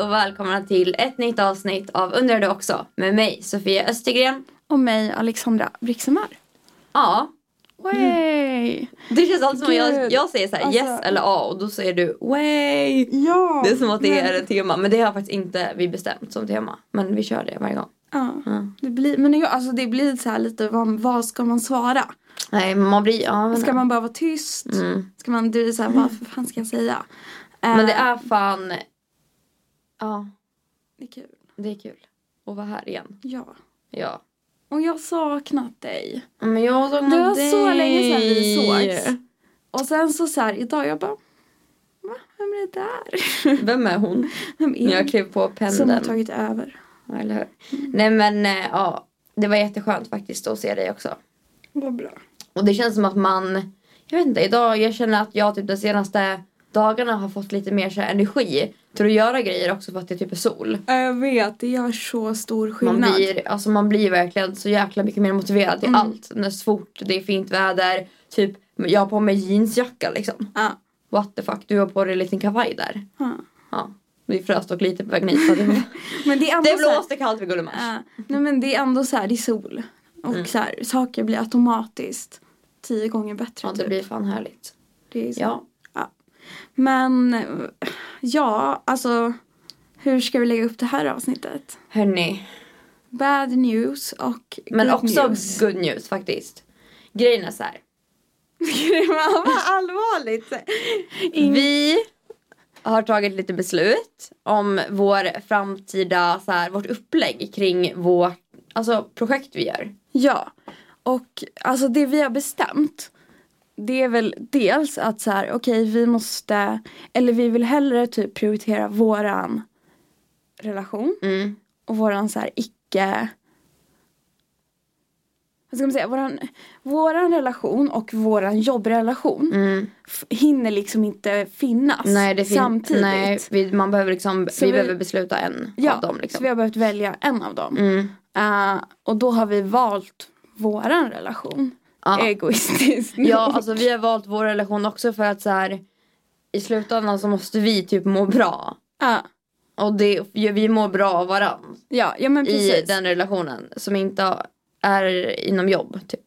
och välkomna till ett nytt avsnitt av Undrar du också med mig Sofia Östergren. Och mig Alexandra Brixemar. Ja, Mm. Mm. Way! det känns alltid som att jag, Gud. jag säger så här Alltså- yes eller ja och då säger du way. Ja! Det är som att det men- är ett tema men det har faktiskt inte vi bestämt som tema. Men vi kör det varje gång. Ja. Ja. Det blir, men jag, alltså det blir så här lite, vad, vad ska man svara? Nej man blir, ja men, Ska man bara vara tyst? mm. Ska man, du är så här, vad för fan ska jag säga? Eh, men det är fan, ja det är kul. det är kul att vara här igen. Ja. Ja. Och jag har saknat dig. Men jag såg Det var så länge sedan vi dig. sågs. Och sen så, så här, idag jag bara, va? Vem är det där? Vem är hon? Vem är Jag det klev på som har pendeln. tagit över? Ja, eller hur? Mm. Nej men eh, ja, det var jätteskönt faktiskt att se dig också. Vad bra. Och det känns som att man, jag vet inte, idag jag känner att jag typ de senaste dagarna har fått lite mer så här, energi till att göra grejer också för att det typ är sol. Ja, Jag vet, det gör så stor Man skillnad. blir, alltså man blir verkligen så jäkla mycket mer motiverad till Mm. allt. När så fort det är fint väder, typ jag har på mig jeansjacka liksom. Ja. What the fuck, du har på dig en liten kavaj där. Ja. Ja. Vi frös dock lite på vägen hit. för att Det, Men det är ändå det så här, blåste kallt vid Gullimars. Ja, Eh, nej men det är ändå så här, det är sol. Och Mm. så här, saker blir automatiskt tio gånger bättre. Ja, det typ. blir fan härligt. det är så. Ja. Men eh, ja, alltså hur ska vi lägga upp det här avsnittet? Hörni, Bad news och Men good också news. good news faktiskt. Grejen är så här. Vad allvarligt. In- Vi har tagit lite beslut om vår framtida, så här, vårt upplägg kring vårt alltså, projekt vi gör. Ja, och alltså det vi har bestämt det är väl dels att så här, okej vi måste, eller vi vill hellre typ prioritera våran relation Mm. och våran så här icke vad ska man säga, våran, våran relation och våran jobbrelation Mm. f- hinner liksom inte finnas Nej, det fin- samtidigt. Nej, vi, man behöver liksom, vi, Så vi- behöver besluta en ja, av dem. så Liksom. vi har behövt välja en av dem. Mm. Eh, och då har vi valt våran relation. Ja. Egoistiskt. ja, alltså vi har valt vår relation också för att så här, i slutändan så måste vi typ må bra. Ja, Och det, vi mår bra av varandra ja, ja men precis. i den relationen som inte är inom jobb typ.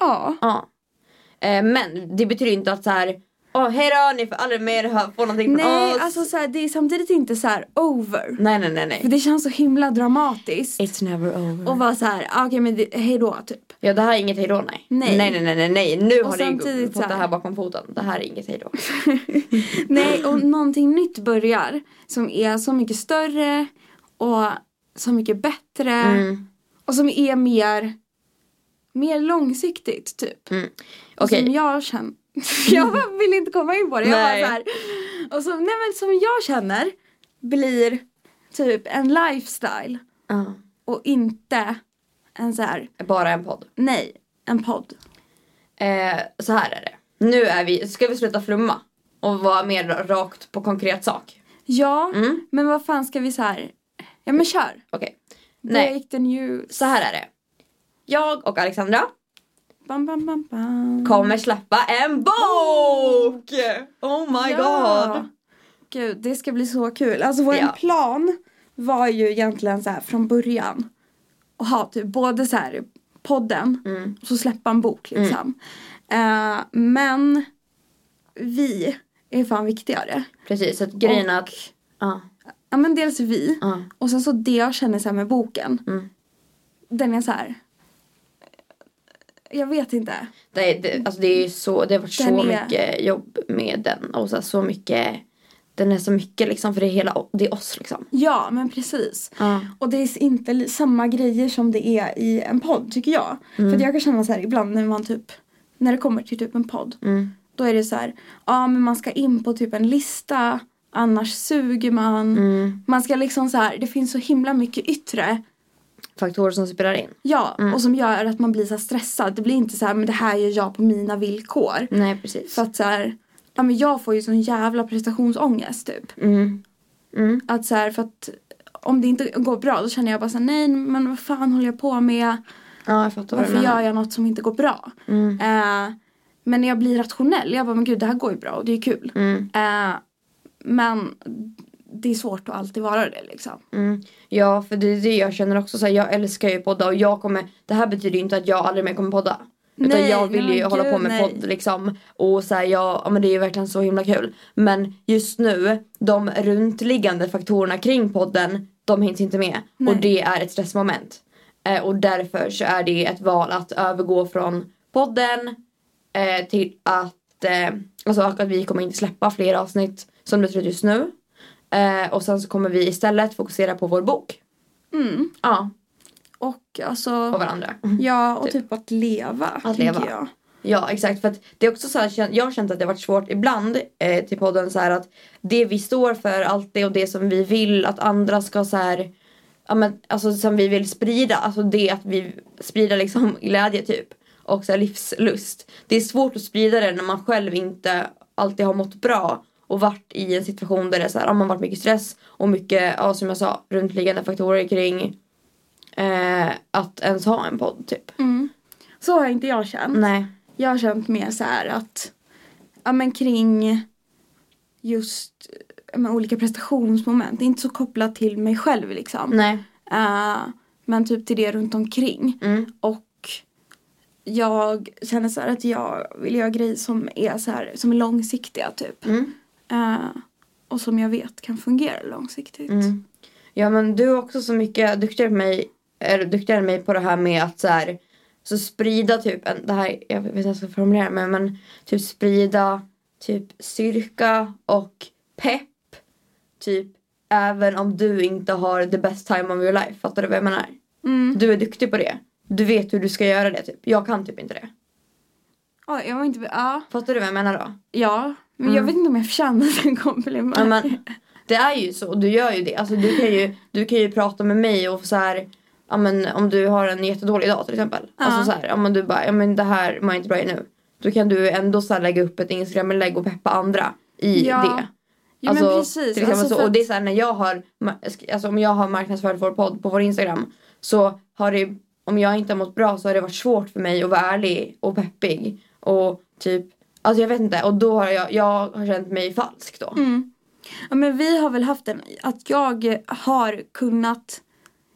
Ja. Ja. Eh, men det betyder inte att så här, åh hej då, ni får aldrig mer hö- få någonting från Nej, oss. alltså så här, det är samtidigt inte så här over. Nej, nej, nej, För nej. det känns så himla dramatiskt. It's never over. Och vara så här, ah, okej men det, hejdå typ. ja, det här är inget hejdå, nej. Nej. nej, nej, nej, nej, nej. Nu Och har ni samtidigt fått så det här- här bakom foten. Det här är inget hejdå. Nej, och någonting nytt börjar som är så mycket större och så mycket bättre Mm. och som är mer, mer långsiktigt typ. Och mm. Okej, Som jag känner. jag bara vill inte komma in på det. Jag Nej. bara så här. Och som, nej men som jag känner blir typ en lifestyle ja. och inte en så här, bara en podd. nej, en podd. Eh, så här är det. Nu är vi, ska vi sluta flumma och vara mer rakt på konkret sak. Ja, Mm. men vad fan ska vi så här, ja men kör. Okej, Nej. Break the news. så här är det. Jag och Alexandra Bam, bam, bam, bam. kommer släppa en bok! Oh my god! Gud, det ska bli så kul. Alltså vår Ja. plan var ju egentligen så här från början att ha typ både så här podden Mm. och så släppa en bok liksom. Eh, men vi är fan viktigare. Precis, så att grejen är Och- att... Ja, Ja men dels vi ja, och sen så det jag känner så här med boken. mm. Den är så här. Jag vet inte. det, det, alltså det, är så, det har varit Den så är- mycket jobb med den. Och så, här, så mycket... Den är så mycket liksom, för det är, hela, det är oss liksom. Ja men precis. Ja. Och det är inte li- samma grejer som det är i en podd tycker jag. För att jag kan känna så här ibland när man typ när det kommer till typ en podd. Mm. Då är det så här, ja men man ska in på typ en lista annars suger man. Mm. Man ska liksom så här, det finns så himla mycket yttre. Faktorer som spelar in. Ja, och som gör att man blir så här stressad. Det blir inte så här, men det här gör jag på mina villkor. Nej, precis. För att så här, ja men jag får ju sån jävla prestationsångest typ. Mm. Mm. Att så här, för att om det inte går bra då känner jag bara så här, nej men vad fan håller jag på med? Ja, jag fattar vad du Varför gör menar. jag något som inte går bra? Mm. Eh, men när jag blir rationell, jag bara Eh, men gud det här går ju bra och det är kul. Mm. Eh, men det är svårt att alltid vara det liksom. Mm. Ja, för det är det jag känner också. Så här, jag älskar ju att podda och jag kommer, det här betyder ju inte att jag aldrig mer kommer podda. Utan Nej, jag vill nej, ju men hålla på gud, med nej. podd liksom. Och så här, jag, ja, men det är ju verkligen så himla kul. Men just nu, de runtliggande faktorerna kring podden, de hinns inte med. Nej. Och det är ett stressmoment. Eh, och därför så är det ett val att övergå från podden eh, till att, eh, alltså att vi kommer inte släppa fler avsnitt som det ser ut just nu. Eh, och sen så kommer vi istället fokusera på vår bok. Mm. Ja, Och och alltså, varandra. ja och typ att leva. tänker leva. Jag. Ja exakt för att det är också så här, jag har känt att det har varit svårt ibland eh, till podden så här att det vi står för, allt det och det som vi vill att andra ska så här ja men alltså som vi vill sprida, alltså det att vi sprider liksom glädje typ och så här livslust. Det är svårt att sprida det när man själv inte alltid har mått bra och varit i en situation där det är så här, ja, man varit mycket stress och mycket, ja som jag sa, runtliggande faktorer kring eh, att ens ha en podd typ. Mm. Så har inte jag känt. Nej. Jag har känt mer så här att, ja men kring just ja, men, olika prestationsmoment. Det är inte så kopplat till mig själv liksom. Nej. Eh, men typ till det runt omkring. Mm. Och jag känner så här att jag vill göra grejer som är så här, som är långsiktiga typ. Mm. Eh, och som jag vet kan fungera långsiktigt. Mm. Ja men du är också så mycket duktigare, på mig, eller duktigare än mig på det här med att så här, så sprida typ en, det här, jag vet inte hur jag ska formulera mig men typ sprida typ styrka och pepp typ även om du inte har the best time of your life, fattar du vad jag menar? Mm. Du är duktig på det. Du vet hur du ska göra det typ. Jag kan typ inte det. Ja, jag var inte, ja, Fattar du vad jag menar då? ja. Men jag Mm. vet inte om jag förtjänar en komplimang. Ja, men, det är ju så, och du gör ju det. Alltså, du, kan ju, du kan ju prata med mig och så här, ja, men, om du har en jättedålig dag till exempel. Ja. Alltså, så här, ja, men du bara, ja, men det här mår jag inte bra i nu. Då kan du ändå så här, lägga upp ett Instagram-inlägg och peppa andra i Ja. det. Jo, Alltså, men precis. Till exempel Alltså, så. för Och det är så här, när jag har, ma- alltså, om jag har marknadsfört vår podd på vår Instagram så har det, om jag inte har mått bra så har det varit svårt för mig att vara ärlig och peppig. Och typ, alltså jag vet inte. Och då har jag, jag har känt mig falsk då. Mm. Ja, men vi har väl haft en, att jag har kunnat,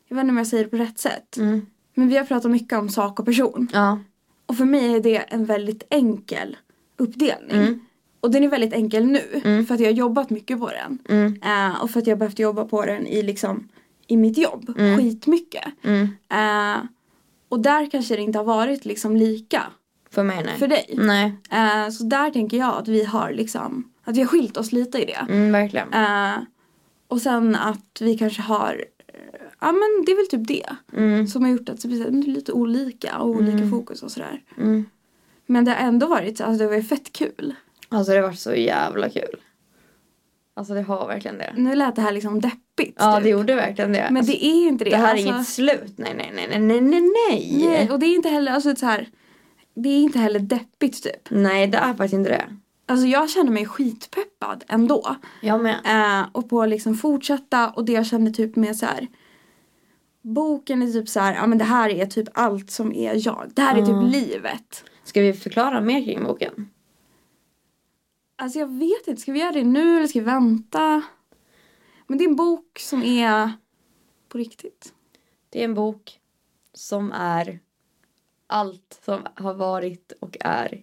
jag vet inte om jag säger det på rätt sätt, Mm. men vi har pratat mycket om sak och person. Ja. Och för mig är det en väldigt enkel uppdelning. Mm. Och den är väldigt enkel nu Mm. för att jag har jobbat mycket på den. Mm. Eh, och för att jag har behövt jobba på den i liksom i mitt jobb Mm. skitmycket. Mm. Eh, och där kanske det inte har varit liksom lika För mig nej. för dig. Nej, Eh, så där tänker jag att vi har liksom, att vi har skilt oss lite i det. mm, verkligen. Eh, och sen att vi kanske har, eh, ja men det är väl typ det Mm. som har gjort att vi är lite olika och olika Mm. fokus och sådär. Mm. Men det har ändå varit, alltså det var ju fett kul. Alltså det har varit så jävla kul. Alltså det har verkligen det. Nu lät det här liksom deppigt. Ja typ. det gjorde verkligen det. Men alltså, det är inte det. det här alltså, är inget slut. Nej nej nej nej nej nej nej. nej, Och det är inte heller, alltså så här, det är inte heller deppigt typ. Nej det är faktiskt inte det. Alltså jag känner mig skitpeppad ändå. Jag med. Eh, och på att liksom fortsätta och det jag kände typ med så här. Boken är typ så här, ja men det här är typ allt som är jag. Det här är Mm. typ livet. Ska vi förklara mer kring boken? Alltså jag vet inte, ska vi göra det nu eller ska vi vänta? Men det är en bok som är på riktigt. Det är en bok som är allt som har varit och är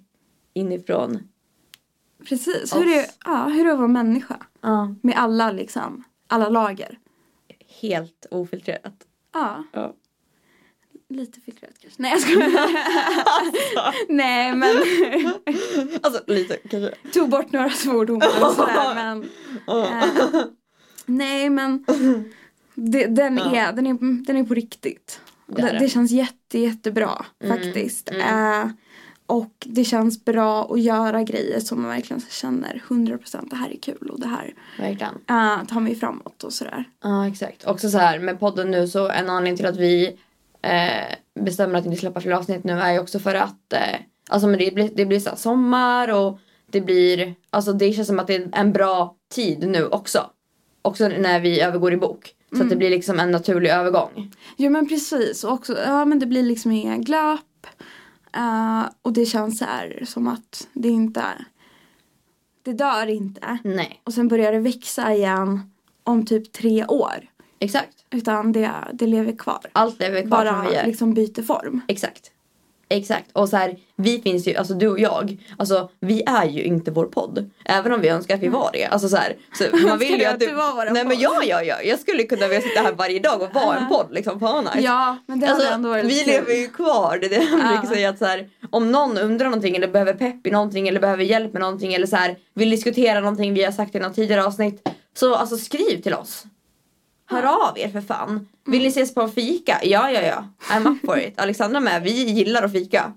inifrån. Precis, Oss. hur är, ja, hur är det att vara människa? Ja. Med alla liksom, alla lager. Helt ofiltrerat. Ja, Ja. lite filtrerat kanske. Nej jag skojar. Nej men, Alltså lite kanske. tog bort några svordomar och sådär men. Ja. Eh, nej men det, den, Ja. är, den, är, den är på riktigt. Och Det är Det, den. det känns jätte, jättebra Mm, faktiskt. mm. Eh, och det känns bra att göra grejer som man verkligen känner 100% det här är kul och det här Verkligen. eh, tar mig framåt och sådär. Ja exakt. Också så här med podden nu så en anledning till att vi eh, bestämmer att inte släppa fler avsnitt nu är ju också för att eh, alltså men det blir, det blir så här sommar och det blir alltså det känns som att det är en bra tid nu också. Också när vi övergår i bok. Så att det blir liksom en naturlig övergång. Jo men precis och också, ja men det blir liksom inga glapp. Eh, och det känns så här som att det inte, det dör inte. Nej. Och sen börjar det växa igen. om typ tre år. Exakt. Utan det, det lever kvar. Allt lever kvar som vi Bara gör. liksom byter form. Exakt. Exakt. Och så här, vi finns ju, alltså du och jag, alltså vi är ju inte vår podd. Även om vi önskar att vi var det. Alltså så här, så man vill du ju att att du... du var vår Nej men podd? ja, ja, ja. Jag skulle kunna vilja sitta här varje dag och vara en podd liksom. Fan vad nice. Ja, men det hade ändå Alltså, varit vi kul. lever ju kvar. Det är det jag Ja. brukar säga. Att så här, om någon undrar någonting eller behöver pepp i någonting eller behöver hjälp med någonting eller så här, vill diskutera någonting vi har sagt i något tidigare avsnitt. Så alltså skriv till oss. Hör av er för fan. Vill ni Mm. ses på en fika? Ja, ja, ja. I'm up for it. Alexandra med. Vi gillar att fika.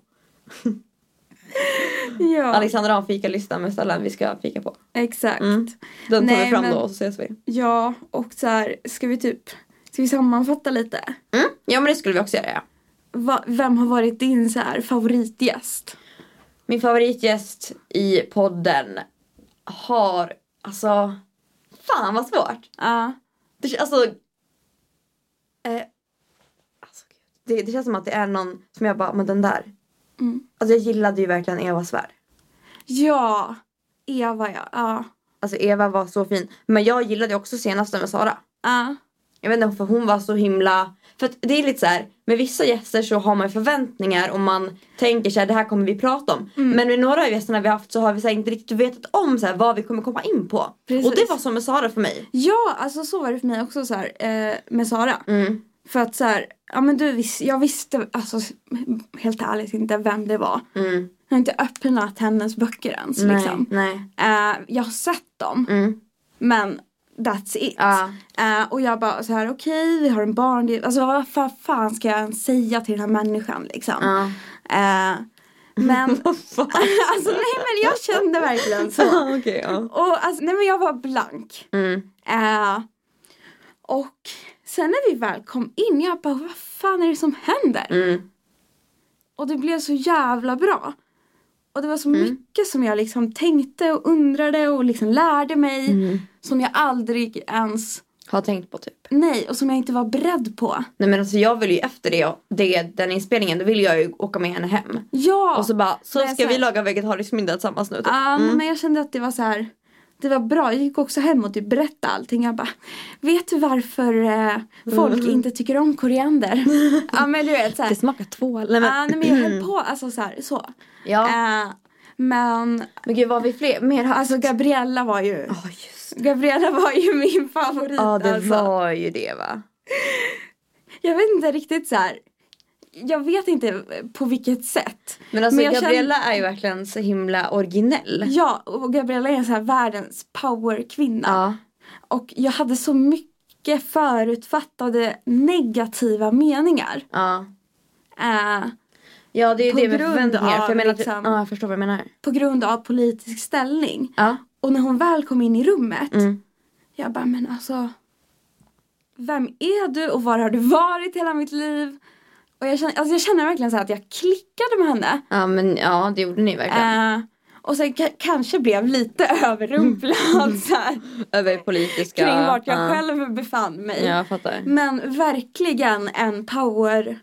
Ja, Alexandra har en fikalista med ställen vi ska fika på. exakt. Mm. Den tar Nej, vi fram men- då och så ses vi. Ja, och så här, ska vi typ ska vi sammanfatta lite? Mm. Ja men det skulle vi också göra ja. Va, vem har varit din så här favoritgäst? Min favoritgäst i podden har, alltså, fan vad svårt. Ja, Det, kän- alltså, eh, alltså gud. det, det känns som att det är någon som jag bara, men den där. Mm. Alltså jag gillade ju verkligen Eva Svärd. ja Eva ja. Ja, Alltså Eva var så fin. Men jag gillade ju också senaste med Sara. ja. Jag vet inte för hon var så himla... För att det är lite så här, med vissa gäster så har man förväntningar och man tänker så här, det här kommer vi prata om. Mm. Men med några av gästerna vi har haft så har vi så här, inte riktigt vetat om så här, vad vi kommer komma in på. Precis. Och det var som med Sara för mig. ja alltså så var det för mig också så här, eh, med Sara. Mm. För att så här, ja men du vis- jag visste alltså helt ärligt inte vem det var. Mm. Jag har inte öppnat hennes böcker ens Nej, liksom. nej. Eh, jag har sett dem Mm. men that's it. Ja. Eh, och jag bara så här okej vi har en barn. Alltså vad fa- fan ska jag ens säga till den här människan liksom. Ja. Eh, men Vad fan. alltså nej men jag kände verkligen så. Ah, Okej, ja. Och alltså nej men jag var blank. Mm. Eh, och sen när vi väl kom in jag bara vad fan är det som händer? Mm. Och det blev så jävla bra. Och det var Mm. så mycket som jag liksom tänkte och undrade och liksom lärde mig. Mm. Som jag aldrig ens, Har tänkt på typ. nej, och som jag inte var beredd på. Nej men alltså jag vill ju efter det, det, den inspelningen, då vill jag ju åka med henne hem. Ja! Och så bara, så Men jag ska vi ser- laga vegetarisk middag tillsammans nu typ. Ja, men jag kände att det var så här. Det var bra, jag gick också hem och typ berättade allting. Jag bara, vet du varför eh, folk Mm. inte tycker om koriander? ja men du vet såhär. smakar tvål. Nej, men, Ja nej men jag Mm. höll på, alltså såhär så. ja. Eh, men Men gud vad har vi fler, mer haft? alltså Gabriella var ju, Ja just det. Gabriella var ju min favorit Ja det alltså. var ju det va. Jag vet inte riktigt så här. Jag vet inte på vilket sätt. Men alltså Men jag Gabriella är ju verkligen så himla originell. Ja, och Gabriella är så här världens powerkvinna. Ja. Och jag hade så mycket förutfattade negativa meningar. Ja. Eh, Ja det är ju På det med grund förväntningar. av För jag menar att, liksom- ja jag förstår vad du menar. på grund av politisk ställning. Ja. Och när hon väl kom in i rummet. Mm. Jag bara, men alltså. Vem är du och var har du varit hela mitt liv? Och jag känner, alltså jag känner verkligen så här att jag klickade med henne. Ja men ja det gjorde ni verkligen. Eh, och sen ka- kanske blev lite överrumplad så här, Över politiska. kring vart jag ja. själv befann mig. Ja jag fattar. Men verkligen en power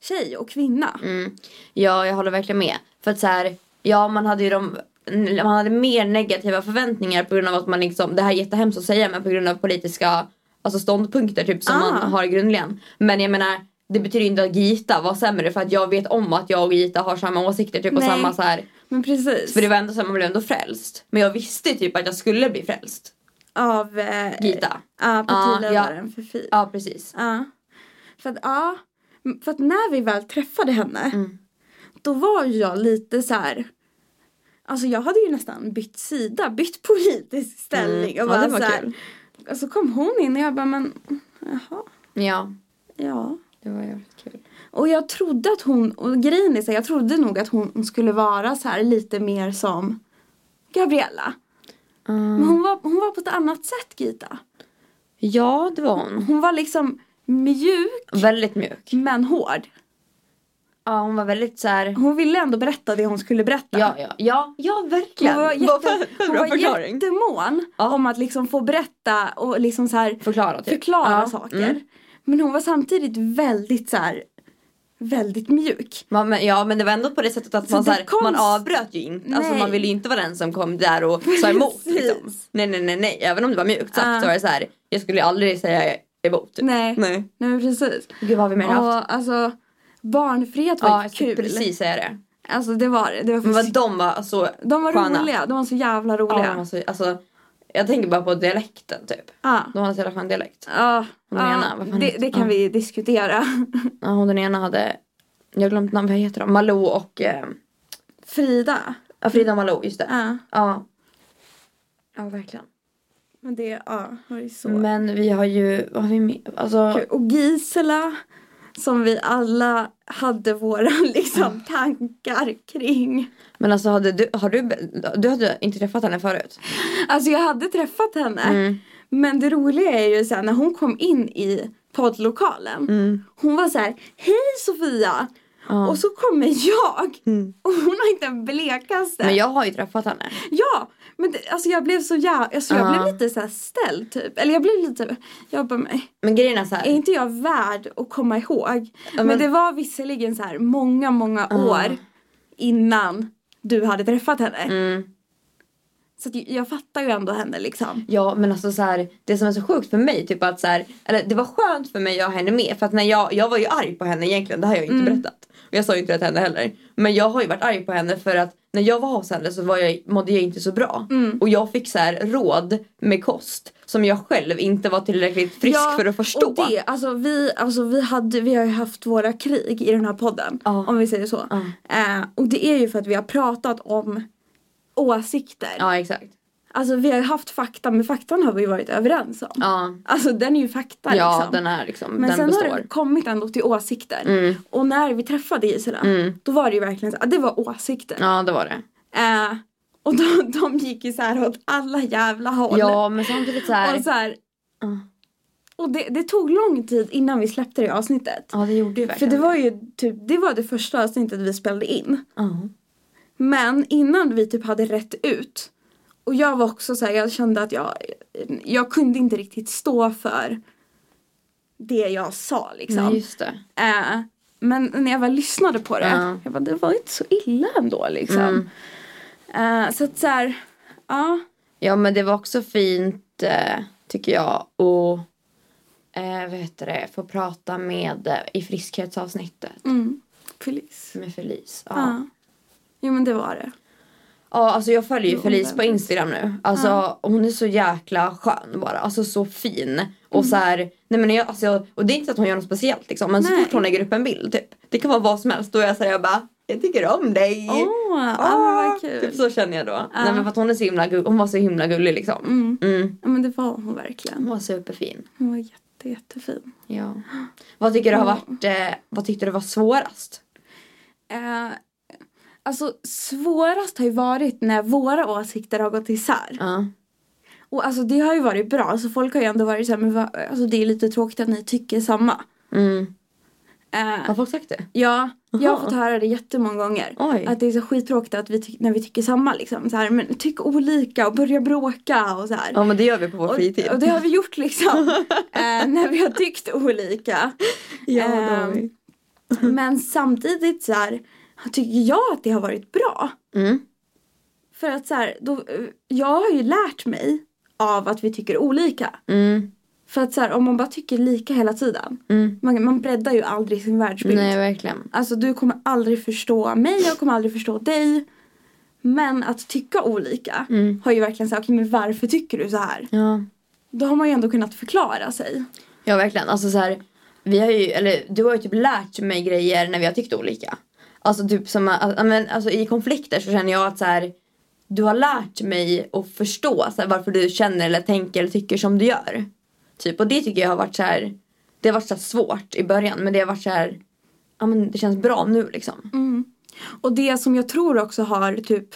tjej och kvinna. Mm. Ja, jag håller verkligen med. För att så här, ja man hade ju de man hade mer negativa förväntningar på grund av att man liksom, det här är jättehemskt att säga men på grund av politiska alltså ståndpunkter typ som Ah. man har grundligen. Men jag menar, det betyder ju inte att Gita var sämre för att jag vet om att jag och Gita har samma åsikter typ och Nej. samma så här. Men precis. För det var ändå så här, man blev ändå frälst. Men jag visste ju typ att jag skulle bli frälst. Av eh, Gita. ja, partiledaren ja. för Fi. Ja precis. Ja. För, att, ja, m- för att när vi väl träffade henne Mm. då var ju jag lite så här. Alltså jag hade ju nästan bytt sida, bytt politisk Mm. ställning. Ja, Och bara det var så här, kul. Och så kom hon in och jag bara men jaha, Ja, ja. det var jävligt kul. Och jag trodde att hon, och grejen är så här, jag trodde nog att hon skulle vara så här lite mer som Gabriella. Mm. Men hon var, hon var på ett annat sätt Gita. Ja, det var hon. Hon var liksom mjuk Väldigt mjuk. men hård. Ja, hon var väldigt så här Hon ville ändå berätta det hon skulle berätta. Ja, ja, ja, ja Hon verkligen. var, Vad jätte, för- för hon bra var förklaring. jättemån Ja. om att liksom få berätta och liksom så här Förklara typ. förklara ja. saker. Mm. Men hon var samtidigt väldigt så här väldigt mjuk. Man, men, ja men det var ändå på det sättet att Så man, så det här, kom- man avbröt ju inte. Alltså Nej. man ville ju inte vara den som kom där och sa emot. Precis. Liksom. Nej nej nej nej. Även om det var mjukt sagt Ja. så var det så här. Jag skulle ju aldrig säga emot. Typ. Nej, nej. Nej. men precis. Gud vad har vi mer haft? Och alltså barnfrihet var Ja ju jag skulle kul. precis säga det. Alltså det var det. det var Men vad faktiskt, de var så de var sköna. roliga, de var så jävla Ja, roliga. alltså, alltså, jag tänker bara på dialekten typ. Ja. De hade så jävla skön dialekt. Ja, Hon ja, ena, vad fan det, heter- det kan ja. vi diskutera. Ja, hon den ena hade, jag har glömt namn, vad heter de? Malou och eh, Frida. ja, Frida och Malou, just det. Ja, Ja. Ja verkligen. men det, ja, det är så Men vi har ju, vad har vi med? Alltså, kul. Och Gisela som vi alla hade våra Mm. liksom tankar kring. men alltså hade du, har du, du hade inte träffat henne förut? Alltså jag hade träffat henne. Mm. Men det roliga är ju sen när hon kom in i poddlokalen. Mm. Hon var så här, hej Sofia! Ja. Och så kommer jag Mm. och hon har inte en blekaste. Men jag har ju träffat henne. Ja, men det, alltså jag blev så jävla, alltså jag Ja. blev lite så här ställd typ. Eller jag blev lite, jag bara, men Men grejen är så är här. inte jag värd att komma ihåg? men- men, det var visserligen så här många, många Ja. år innan du hade träffat henne. Mm. Så att jag fattar ju ändå henne liksom. Ja men alltså så här, det som är så sjukt för mig typ att så här, eller det var skönt för mig att ha henne med för att när jag, jag var ju arg på henne egentligen, det har jag ju inte Mm. berättat. Och jag sa ju inte det till henne heller. Men jag har ju varit arg på henne för att när jag var hos henne så var jag, mådde jag inte så bra. Mm. Och jag fick så här råd med kost som jag själv inte var tillräckligt frisk Ja, för att förstå. Och det, alltså vi, alltså vi, hade, vi har ju haft våra krig i den här podden. Ja. Om vi säger så. Ja. Eh, och det är ju för att vi har pratat om åsikter. Ja exakt. Alltså vi har ju haft fakta, men faktan har vi ju varit överens om. Ja, Alltså den är ju fakta ja liksom. den är liksom, men den sen består. har det kommit ändå till åsikter. Mm. Och när vi träffade Gisela, Mm. då var det ju verkligen så, det var åsikter. Ja det var det. Eh, och de, de gick ju så här åt alla jävla håll. Ja men samtidigt så här. och så här, Ja. och det, det tog lång tid innan vi släppte det avsnittet. Ja det gjorde ju För verkligen det var ju typ, det var det första avsnittet vi spelade in. Ja. Men innan vi typ hade rätt ut. Och jag var också så här, jag kände att jag, jag kunde inte riktigt stå för det jag sa liksom. Nej, just det. Eh, men när jag väl lyssnade på det, Ja. jag bara, det var inte så illa ändå liksom. Mm. Eh, så att så här, ja. Ja men det var också fint eh, tycker jag och eh, vad heter det, få prata med eh, i friskhetsavsnittet Mm. Polis. med Felice. Ja. Ja. Jo men det var det. ja alltså jag följer ju Jo, Felice på väldigt. Instagram nu. Alltså hon är så jäkla skön bara. Alltså så fin. Och Mm. så här, nej men jag, alltså, och det är inte att hon gör något speciellt liksom men så Nej. fort hon lägger upp en bild typ. Det kan vara vad som helst. Då är jag såhär jag bara jag tycker om dig. Åh, ja, men vad kul. Typ så känner jag då. Nej men för att hon är så himla gullig. Hon var så himla gullig liksom. Mm. Mm. Ja men det var hon verkligen. Hon var superfin. Hon var jätte, jättefin. Ja. Vad tycker du har Ja. varit, eh, vad tyckte du var svårast? Eh, alltså svårast har ju varit när våra åsikter har gått isär. Ja. Och alltså det har ju varit bra. Alltså folk har ju ändå varit såhär, men va, alltså det är lite tråkigt att ni tycker samma. Mm. Eh, Har folk sagt det? Ja, jag har Jaha. fått höra det jättemånga gånger. Oj. Att det är så skittråkigt att vi ty- när vi tycker samma liksom. Så här, men tyck olika och börja bråka och så här. Ja men det gör vi på vår fritid. och, och det har vi gjort liksom. eh, när vi har tyckt olika. ja, det har vi. Men samtidigt så här tycker jag att det har varit bra. Mm. För att så här, då, eh, jag har ju lärt mig av att vi tycker olika. Mm. För att så här, om man bara tycker lika hela tiden. Mm. Man, man breddar ju aldrig sin världsbild. Nej verkligen. Alltså du kommer aldrig förstå mig, jag kommer aldrig förstå dig. Men att tycka olika Mm. har ju verkligen sagt, men varför tycker du så här? Ja. Då har man ju ändå kunnat förklara sig. ja verkligen. Alltså så här, vi har ju, eller du har ju typ lärt mig grejer när vi har tyckt olika. Alltså typ som, att- ja, men, alltså, i konflikter så känner jag att så här, du har lärt mig att förstå så här, varför du känner eller tänker eller tycker som du gör. Typ och det tycker jag har varit så här, det har varit så här svårt i början men det har varit så här, ja men det känns bra nu liksom. Mm. Och det som jag tror också har typ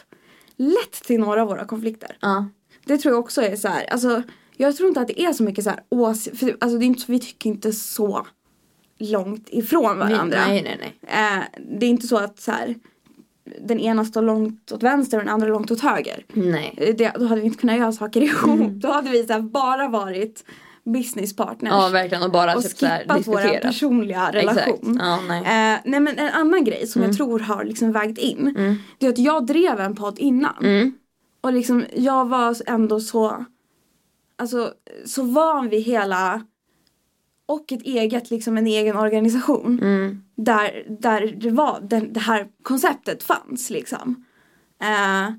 lett till några av våra konflikter. Ja. Det tror jag också är så här, alltså jag tror inte att det är så mycket så här ås... För det- alltså det är inte, vi tycker inte så långt ifrån Vi, varandra. nej nej nej. Eh, det är inte så att så här, den ena står långt åt vänster och den andra långt åt höger. Nej. det, då hade vi inte kunnat göra saker ihop. Då hade vi så här bara varit businesspartners. Mm. Ja verkligen och bara och typ så här, skippat vår diskutera. personliga Exakt. relation. Ja, nej. Mm. Eh, nej men en annan grej som jag tror har liksom vägt in. Det är att jag drev en podd innan. Mm. Och liksom jag var ändå så, alltså så van vid hela och ett eget, liksom en egen organisation. Mm. Där, där det var, den, det här konceptet fanns liksom. Eh,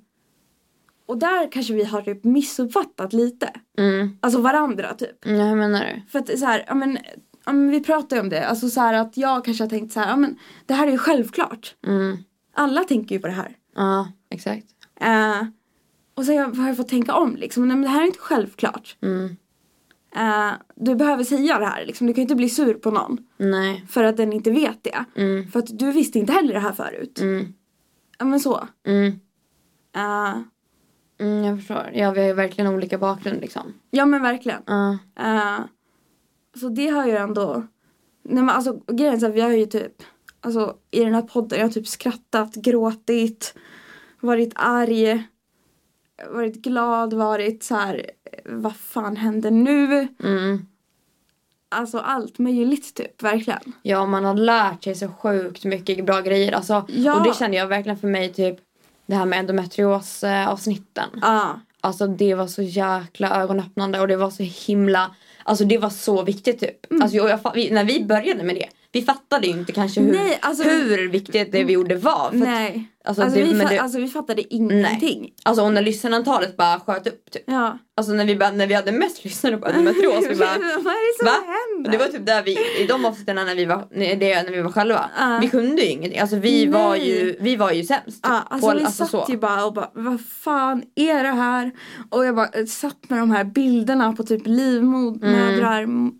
och där kanske vi har typ missuppfattat lite. Mm. Alltså varandra typ. Ja, hur menar du? För att så här, ja men, ja, men vi pratade ju om det. Alltså så här att jag kanske har tänkt så här, ja men det här är ju självklart. Mm. Alla tänker ju på det här. Ja exakt. Eh, och sen har jag fått tänka om liksom, nej men det här är inte självklart. Mm. Eh, du behöver säga det här liksom, du kan ju inte bli sur på någon Nej. för att den inte vet det. Mm. För att du visste inte heller det här förut. Mm. Ja men så. Mm. Eh, Mm, jag förstår. Ja vi har ju verkligen olika bakgrund liksom. ja men verkligen. Ja. Eh, så det har ju ändå... Nej, men alltså, grejen är så här, vi har ju typ... Alltså, I den här podden jag har typ skrattat, gråtit, varit arg, varit glad, varit så här... eh, Vad fan händer nu? Mm. Alltså allt möjligt typ, verkligen. Ja man har lärt sig så sjukt mycket bra grejer. Alltså, Ja. Och det kände jag verkligen för mig typ det här med endometrios eh, avsnitten. Ja, Alltså det var så jäkla ögonöppnande och det var så himla Alltså det var så viktigt typ. Mm. Alltså, jag, jag, fa- vi, när vi började med det, vi fattade ju inte kanske hur, Nej, alltså- hur viktigt det vi gjorde var. För att, nej. alltså, Alltså, det- vi men fa- det- alltså vi fattade ingenting. alltså och när lyssnarantalet bara sköt upp typ. Ja. Alltså när vi, bara, när vi hade mest lyssnare på endometrios, vi bara Vad är det som Va? händer? Det var typ där vi, i de avsnitten när vi var, nej, det, när vi var själva. Ja. Vi kunde ju ingenting. Alltså vi Ah. Nej. var ju, vi var ju sämst. Ja, typ, alltså på- vi alltså, satt så. ju bara och bara vad fan är det här? Och jag bara eh, satt med de här bilderna på typ livmodrar, mm.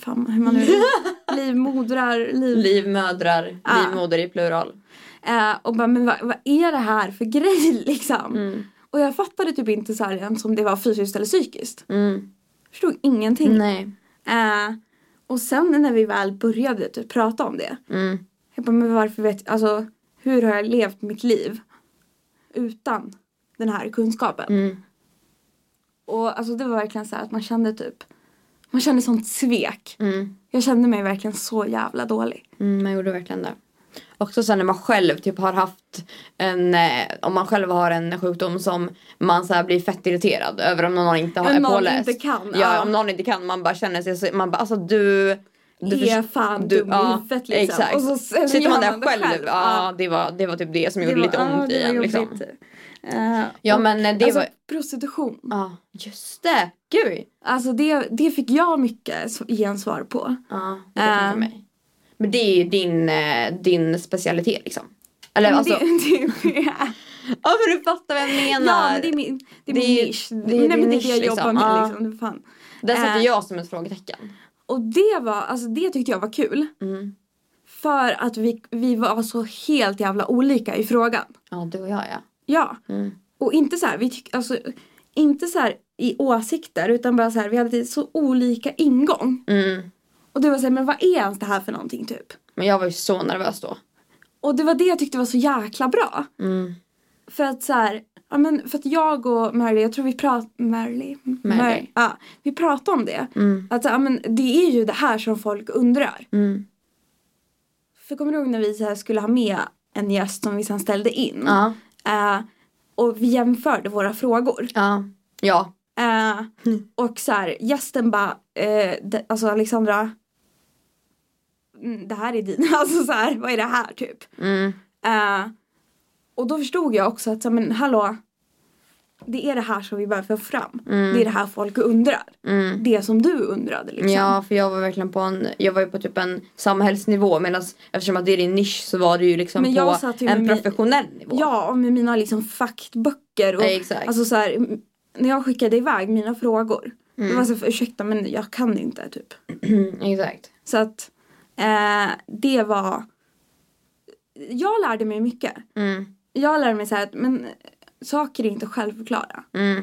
fan hur man nu livmodrar, liv... Livmödrar, Ja. livmoder i plural. Eh, och bara men vad, vad är det här för grej liksom? Mm. Och jag fattade typ inte så här ens om det var fysiskt eller psykiskt. Mm. Förstod ingenting. Nej. Eh, och sen när vi väl började typ prata om det. Mm. Jag bara men varför vet jag, alltså hur har jag levt mitt liv utan den här kunskapen? Mm. Och alltså det var verkligen så här att man kände typ man kände sånt svek. Mm. Jag kände mig verkligen så jävla dålig. Mm, man gjorde verkligen det. Också sen när man själv typ har haft en, eh, om man själv har en sjukdom som man så här blir fett irriterad över om någon inte har Om är någon påläst. inte kan, Ja, ja. om någon inte kan. Man bara känner sig, så- man bara alltså du. du Du är förs- fan du- dum i ja, huvudet liksom. Exakt. Och så sen Sitter man gör där själv. Ja, det var, det var typ det som gjorde lite ont i en liksom. Ja men eh, det alltså, var, prostitution. ja just det. Gud. Alltså det, det fick jag mycket s- gensvar på. Ja, det kan jag tänka Ehm. mig. Men det är ju din, eh, din specialitet liksom. Eller Men alltså, det, det, ja men du fattar vad jag menar. ja men det är min, det är Det min är- nisch. det är Nej, din men det är nisch, det jag jobbar liksom. med Ja. liksom. Fan. Där sätter Eh. jag som ett frågetecken. Mm. Och det var, alltså det tyckte jag var kul. För att vi, vi var så helt jävla olika i frågan. Ja, du och jag ja. Ja. Mm. Och inte så här, vi tyck, alltså, inte så här i åsikter utan bara så här, vi hade så olika ingång. Mm. Och det var så här, men vad är ens det här för någonting typ? Men jag var ju så nervös då. Och det var det jag tyckte var så jäkla bra. Mm. För att så här, ja men för att jag och Merly, jag tror vi pratade, Merly? Merly. Ja, vi pratade om det. Mm. Att så här, ja men det är ju det här som folk undrar. Mm. För kommer du ihåg när vi så här skulle ha med en gäst som vi sen ställde in? Ja. Eh, och vi jämförde våra frågor. Ja. Ja. Eh, Mm. och så här, gästen bara, eh, de, alltså Alexandra, mm, det här är din, alltså så här, vad är det här typ? Mm. Eh, och då förstod jag också att, så här, men hallå, det är det här som vi behöver få fram. Mm. Det är det här folk undrar. Mm. Det som du undrade liksom. Ja, för jag var verkligen på en, jag var ju på typ en samhällsnivå medan eftersom att det är din nisch så var det ju liksom Men jag på satt ju med en min- professionell nivå. Ja, och med mina liksom faktböcker och Ja, exakt. alltså så här, m- när jag skickade iväg mina frågor. Det Mm. var så här, ursäkta men jag kan inte typ. Exakt. Så att eh, det var, jag lärde mig mycket. Mm. Jag lärde mig så här att men, eh, saker är inte självklara. Mm.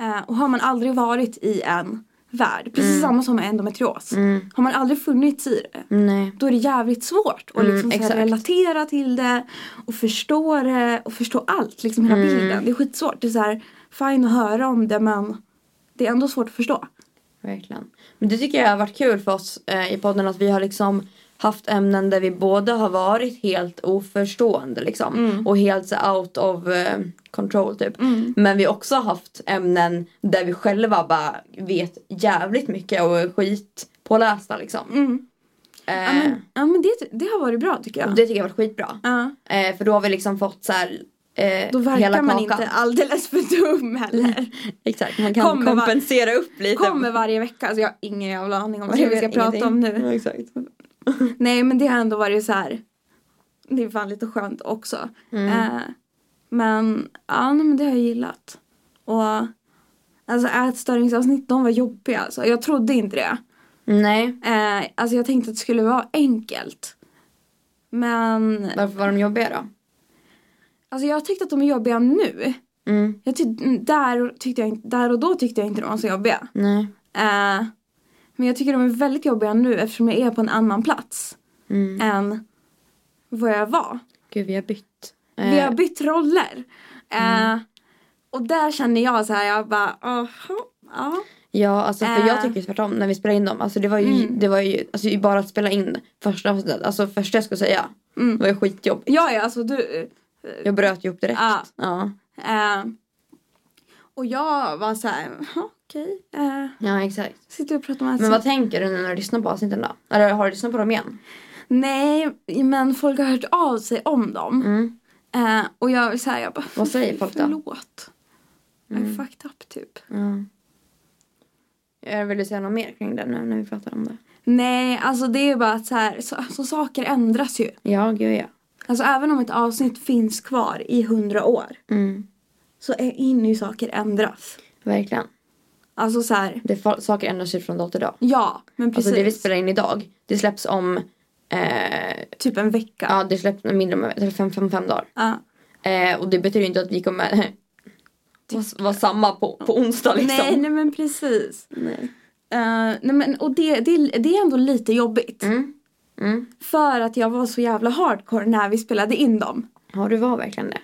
Eh, och har man aldrig varit i en värld, precis samma som med endometrios. Mm. Har man aldrig funnits i det, Nej. då är det jävligt svårt att Mm, liksom så här exakt. relatera till det och förstå det och förstå allt, liksom hela Mm. bilden. Det är skitsvårt. Det är så här, fine att höra om det men det är ändå svårt att förstå. Verkligen. Men det tycker jag har varit kul för oss eh, i podden att vi har liksom haft ämnen där vi båda har varit helt oförstående liksom. Mm. Och helt så out of eh, control typ. Mm. Men vi har också haft ämnen där vi själva bara vet jävligt mycket och är skitpålästa liksom. Mm. Ja, Eh, men, ja, men det, det har varit bra tycker och jag. det tycker jag har varit skitbra. Ja. Eh, för då har vi liksom fått så här, eh, Då verkar hela man kakan. inte alldeles för dum heller. Exakt, man kan Kommer va- kompensera upp lite. Kommer varje vecka, alltså jag har ingen jävla aning om vad vi ska prata om nu. Ja, exakt. Nej men det har ändå varit så här. Det är fan lite skönt också. Mm. Eh, men ja, nej, men det har jag gillat. Och alltså ätstörningsavsnitt, de var jobbiga alltså. Jag trodde inte det. Nej, Eh, alltså jag tänkte att det skulle vara enkelt. Men varför var de jobbiga då? alltså jag tyckte att de är jobbiga nu. Mm. Jag tyck, där, tyckte jag, inte- där och då tyckte jag inte de var så jobbiga. Nej. Eh, men jag tycker de är väldigt jobbiga nu eftersom jag är på en annan plats Mm. än vad jag var. Gud, vi har bytt. Vi Eh, Mm. har bytt roller. Eh, och där känner jag så här, jag bara, aha, ja. Ja, alltså för Eh. jag tycker tvärtom när vi spelade in dem. Alltså det var ju, Mm. det var ju alltså, ju bara att spela in första avsnittet. Alltså första jag skulle säga. Mm. Det var ju skitjobbigt. Ja, ja, alltså du. Jag bröt ju upp direkt. Ja. Ja, Eh, och jag var så här, "Jaha, okej. Eh, ja exakt. sitter och pratar med Men vad tänker du nu när du lyssnar på avsnitten då? Eller har du lyssnat på dem igen? Nej, men folk har hört av sig om dem. Mm. Eh, och jag så här, jag bara, Vad säger folk då? Förlåt. I fucked up typ. Mm. Jag Eh, vill du säga något mer kring det nu när vi pratar om det? Nej, alltså det är bara att så här, så, så saker ändras ju. Ja, gud ja. Alltså även om ett avsnitt finns kvar i hundra år Mm. så är in ju saker ändras. Verkligen. Alltså så här, Det är fa- saker ändras ju från dag till dag. ja, men precis. Alltså det vi spelar in idag, det släpps om... Eh, Typ en vecka. ja, det släpps mindre om eller fem, fem, fem dagar. Ja. Eh, och det betyder ju inte att vi kommer vara- vara samma på, på onsdag liksom. Nej, nej men precis. Nej. Eh, nej men, och det, det, det är ändå lite jobbigt. Mm. Mm. För att jag var så jävla hardcore när vi spelade in dem. Ja, du var verkligen det.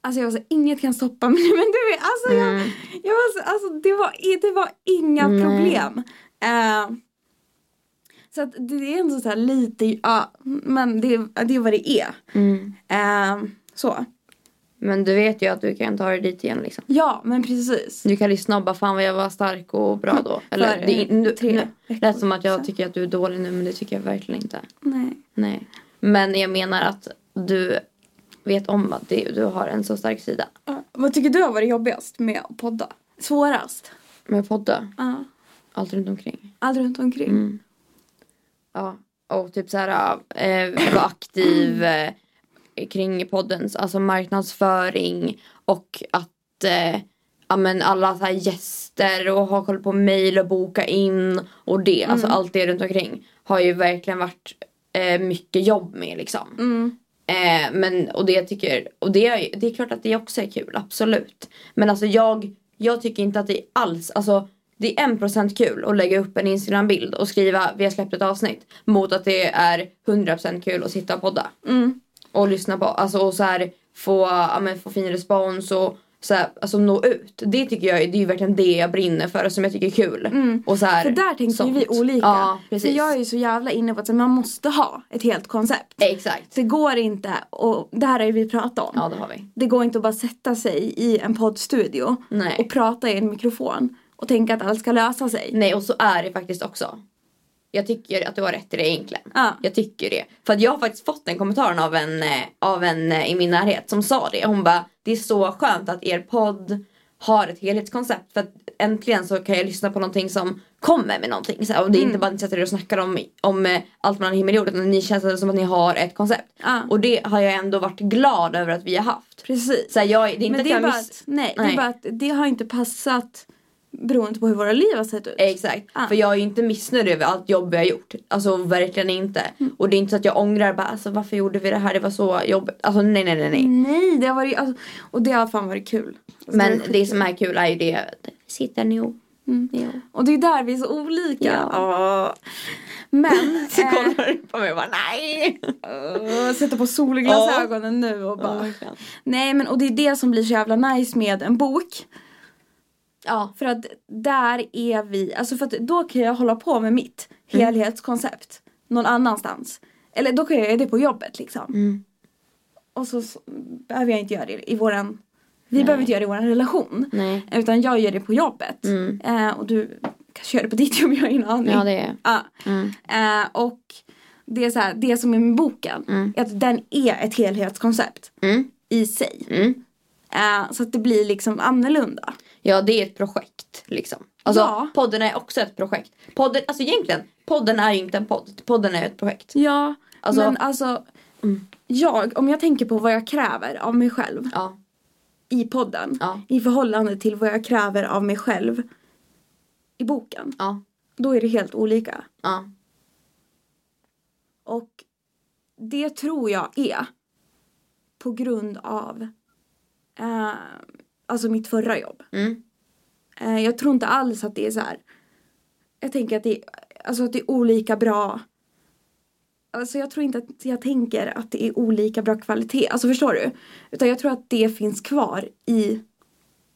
Alltså jag var så inget kan stoppa mig. Men du vet, alltså, jag, Mm. jag var så, alltså det var, i- det var inga Nej. problem. Eh, så att det är ändå så här lite, ja, men det, det är vad det är. Mm. Eh, så. Men du vet ju att du kan ta dig dit igen liksom. Ja, men precis. Du kan lyssna och bara fan vad jag var stark och bra då. Eller För, det är nu, tre nu veckor lät som att jag sedan. tycker att du är dålig nu men det tycker jag verkligen inte. Nej. Nej. Men jag menar att du vet om att det, du har en så stark sida. Ja. Eh, Vad tycker du har varit jobbigast med att podda? Svårast? Med podda, Ja. allt runt omkring. Allt runt omkring? Mm. Ja. Och typ så här eh, vara aktiv eh, kring poddens alltså marknadsföring och att eh, ja, men alla så här gäster och ha koll på mejl och boka in och det, alltså allt det runt omkring har ju verkligen varit eh, mycket jobb med liksom. Mm. Eh, men, och det jag tycker, och det, är- det är klart att det också är kul, absolut. Men alltså jag, jag tycker inte att det är alls, alltså det är en procent kul att lägga upp en Instagram-bild och skriva vi har släppt ett avsnitt mot att det är 100% kul att sitta och podda Mm. och lyssna på, alltså och så här få, ja, men, få fin respons och så här, alltså nå ut. Det tycker jag, är- det är ju verkligen det jag brinner för och som jag tycker är kul. Mm. Och så här, För där tänker ju sånt. vi olika. Ja, precis. För jag är ju så jävla inne på att så här, man måste ha ett helt koncept. Exakt. Det går inte, och det här har ju vi pratat om. Ja, det har vi. Det går inte att bara sätta sig i en poddstudio Nej. Mm. och prata i en mikrofon och tänka att allt ska lösa sig. Nej och så är det faktiskt också. Jag tycker att du har rätt i det egentligen. Ja. Jag tycker det. För att jag har faktiskt fått den kommentaren av en, eh, av en eh, i min närhet som sa det. Hon bara, det är så skönt att er podd har ett helhetskoncept. För att äntligen så kan jag lyssna på någonting som kommer med någonting. Så här, och det är Mm. inte bara att ni sätter er och snackar om, om eh, allt mellan himmel och jord. Utan ni känns som att ni har ett koncept. Ja. Och det har jag ändå varit glad över att vi har haft. Precis. Så här, jag, det är inte Men det är, att bara jag miss... att, nej, det Nej. är bara att det har inte passat beroende på hur våra liv har sett ut. Exakt. Ah. För jag är ju inte missnöjd över allt jobb jag har gjort. Alltså verkligen inte. Och det är inte så att jag ångrar bara alltså varför gjorde vi det här? Det var så jobbigt. Alltså nej nej nej nej. Nej, det har varit, alltså, och det har fan varit kul. Alltså, har Men varit det som är kul är ju det. Sitter ni ihop? Mm. Ja. Och det är där vi är så olika. Ja. Ja. Men... Så eh, kollar du på mig och bara nej. åh, sätta på solglasögonen nu och bara... verkligen. Nej men och det är det som blir så jävla nice med en bok. Ja. För att där är vi, alltså för att då kan jag hålla på med mitt Mm. helhetskoncept någon annanstans. Eller då kan jag göra det på jobbet liksom. Mm. Och så, så behöver jag inte göra det i våran, vi behöver inte göra det i våran relation. Nej. Utan jag gör det på jobbet. Mm. Eh, och du kanske gör det på ditt jobb, jag har ingen aning. Ja det är. Ja. Mm. Eh, och det, är så här, det som är med boken Mm. är att den är ett helhetskoncept Mm. i sig. Mm. Eh, så att det blir liksom annorlunda. Ja det är ett projekt liksom. Alltså Ja. podden är också ett projekt. Podden, alltså egentligen, podden är ju inte en podd. Podden är ett projekt. Ja, Alltså- men alltså Mm. jag, om jag tänker på vad jag kräver av mig själv Ja. i podden Ja. i förhållande till vad jag kräver av mig själv i boken, Ja. då är det helt olika. Ja. Och det tror jag är på grund av eh, alltså mitt förra jobb. Mm. Eh, jag tror inte alls att det är så här. Jag tänker att det är, alltså att det är olika bra. Alltså jag tror inte att jag tänker att det är olika bra kvalitet. Alltså förstår du? Utan jag tror att det finns kvar i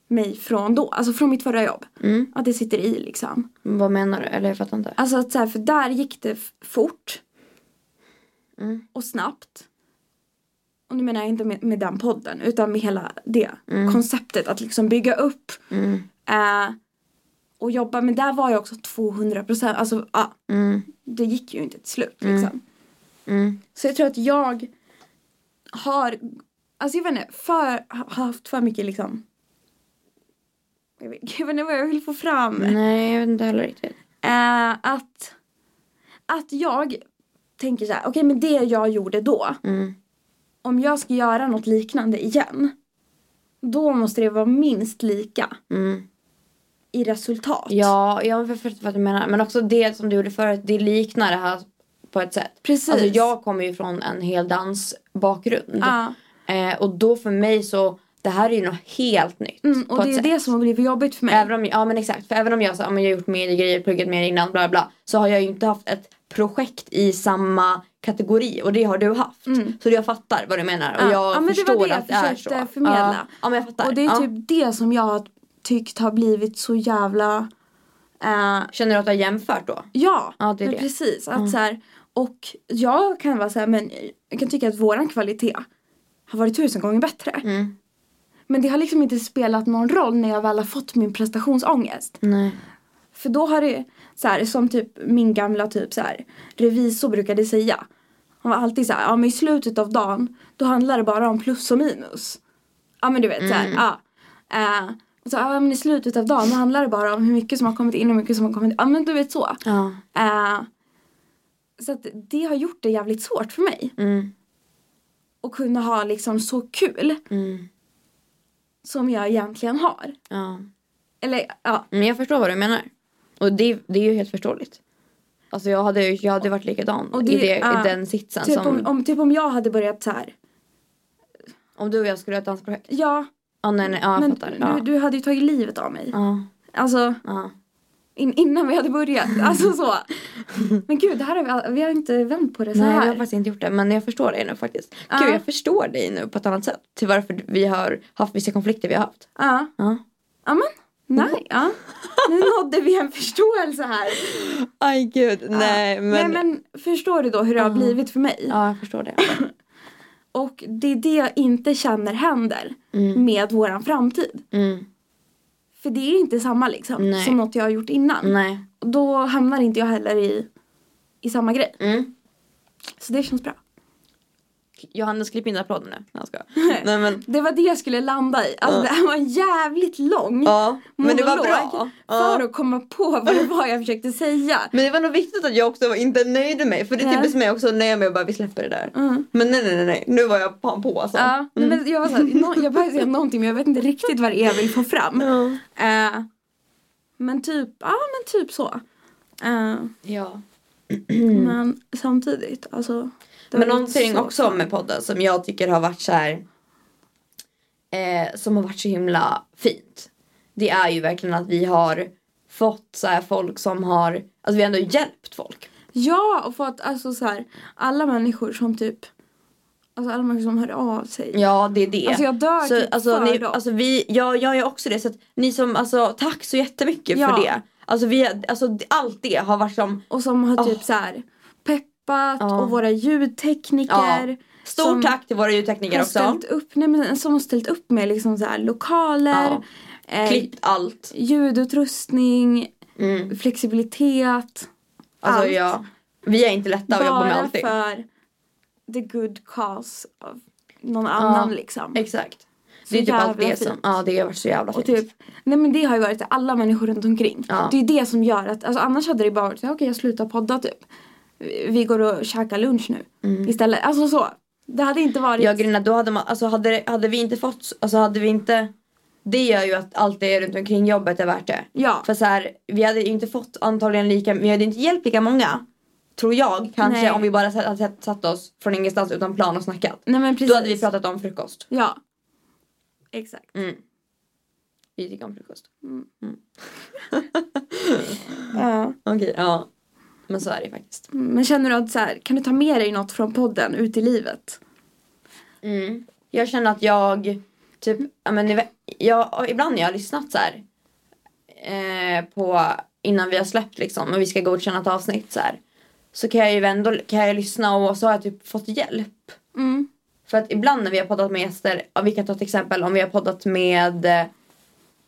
mig från då. Alltså från mitt förra jobb. Mm. Att det sitter i liksom. Vad menar du? Eller jag fattar inte. Alltså att så här, för där gick det f- fort. Mm. Och snabbt. Och nu menar jag inte med, med den podden utan med hela det Mm. konceptet att liksom bygga upp Mm. eh, och jobba. Men där var jag också 200 procent. Alltså ja, Mm. det gick ju inte till slut liksom. Mm. Så jag tror att jag har, alltså jag vet inte, för, har haft för mycket liksom. Jag vet, jag vet inte vad jag vill få fram. Nej jag vet inte heller riktigt. Eh, att, att jag tänker så här, okej men det jag gjorde då, Mm. om jag ska göra något liknande igen, då måste det vara minst lika Mm. i resultat. Ja, jag förstår vad du menar. Men också det som du gjorde förut, det liknar det här på ett sätt. precis. Alltså jag kommer ju från en hel dansbakgrund. Ja. Eh, och då för mig så, det här är ju något helt nytt. Mm, och på det ett är sätt. det som har blivit jobbigt för mig. Även om, ja men exakt, för även om jag, så, ja, men jag har gjort mer grejer, pluggat mer innan, bla bla. Så har jag ju inte haft ett projekt i samma kategori och det har du haft. Mm. Så jag fattar vad du menar och Ja. jag Ja, men det var förstår det jag att det är så. försökte förmedla. Ja, ja men jag fattar. och det är ja. typ det som jag har tyckt har blivit så jävla... eh, Känner du att du har jämfört då? ja, Ja, det är men det. precis. Att så här, och jag kan vara så här, men jag kan tycka att våran kvalitet har varit tusen gånger bättre. Mm. Men det har liksom inte spelat någon roll när jag väl har fått min prestationsångest. Nej. För då har det, så här, som typ min gamla typ så här, revisor brukade säga. Han var alltid så här, ja men i slutet av dagen då handlar det bara om plus och minus. Ja men du vet så här, Mm. ja. Eh, och så, ja men i slutet av dagen då handlar det bara om hur mycket som har kommit in och hur mycket som har kommit ut. Ja men du vet så. Ja. Eh, så att det har gjort det jävligt svårt för mig. Mm. Att kunna ha liksom så kul Mm. som jag egentligen har. Ja. Eller ja, Men jag förstår vad du menar. Och det, det är ju helt förståeligt. Alltså jag hade, ju- jag hade varit likadan Och i, det- det, ja. i den sitsen. Typ som, om, om, om, typ om jag hade börjat så här. du och jag skulle göra ett dansprojekt. Ja, Ja nej, nej, ja, jag men fattar. Ja. du, du hade ju tagit livet av mig. ja, Alltså, ja. in, innan vi hade börjat. Alltså så. Men gud, det här har vi, all- vi har inte vänt på det så Nej, vi här. har faktiskt inte gjort det. Men jag förstår dig nu faktiskt. Ja. Gud, jag förstår dig nu på ett annat sätt. Till varför vi har haft vissa konflikter vi har haft. Ja, Ja. ja men. Nej, ja. Nu nådde vi en förståelse här. Aj gud, nej men... Nej men förstår du då hur det har Ja. blivit för mig? Ja, jag förstår det. Och det är det jag inte känner händer Mm. med våran framtid. Mm. För det är inte samma liksom Nej. som något jag har gjort innan. Nej. Och då hamnar inte jag heller i, i samma grej. Mm. Så det känns bra. Johannes, klipp in applåden nu. Nej, jag skojar. Nej men... Det var det jag skulle landa i. Alltså, Ja. Det här var en jävligt lång Ja, men det var monolog bra. för Ja. att komma på vad det var jag försökte säga. Men det var nog viktigt att jag också var inte nöjd med mig. För det är Nej. typiskt mig också, nej men jag bara vi släpper det där. Mm. Men nej nej nej, nej. nu var jag fan på alltså. Ja, nej, men jag, var så här, nå- jag behöver säga någonting men jag vet inte riktigt vad det är jag vill få fram. Ja. Eh, men typ, ja men typ så. Eh, ja. Men samtidigt, alltså. det Mm. Men var någonting så- också med podden som jag tycker har varit så här. Eh, som har varit så himla fint. Det är ju verkligen att vi har fått så här folk som har, alltså vi har ändå hjälpt folk. Ja, och för att alltså så här, alla människor som typ Alltså alla människor som hör av sig. Ja det är det. Alltså jag dör så, typ alltså, för ni, dem. alltså vi, jag, jag gör också det så att ni som, alltså tack så jättemycket Ja. för det. Alltså vi, alltså allt det har varit som och som har typ Åh. så här peppat Ja. och våra ljudtekniker. Ja. Stort som tack till våra har ljudtekniker också. Ställt upp, nej men, som har ställt upp med liksom så här lokaler, eh, Klippt allt. ljudutrustning, Mm. flexibilitet. Alltså allt. ja. Vi är inte lätta att jobba med bara allting. för the good cause av någon annan liksom. Exakt. Så Det är typ allt jävla det som, fint. ja det har varit så jävla Och fint. typ, nej men det har ju varit till alla människor runt omkring. Ja. Det är ju det som gör att, alltså annars hade det bara varit så här, okej jag slutar podda typ. Vi går och käkar lunch nu istället. Alltså så. Det hade inte varit. Mm. Jag grinar, då hade man, alltså hade, hade vi inte fått, alltså hade vi inte Det gör ju att allt det runt omkring jobbet är värt det. Ja. För så här, vi hade ju inte fått antagligen lika, vi hade inte hjälpt lika många. Tror jag kanske Nej. om vi bara satt, satt, satt oss från ingenstans utan plan och snackat. Nej men precis. Då hade vi pratat om frukost. Ja. Exakt. Mm. Vi tycker om frukost. Ja. Okej, ja. Men så är det ju faktiskt. Men känner du att så här, kan du ta med dig något från podden ut i livet? Mm. Jag känner att jag typ, ja men ni vet- jag, ibland när jag har lyssnat så här eh, på innan vi har släppt liksom och vi ska godkänna ett avsnitt så här så kan jag ju ändå kan jag lyssna och så har jag typ fått hjälp. Mm. För att ibland när vi har poddat med gäster, ja, vi kan ta till exempel om vi har poddat med eh,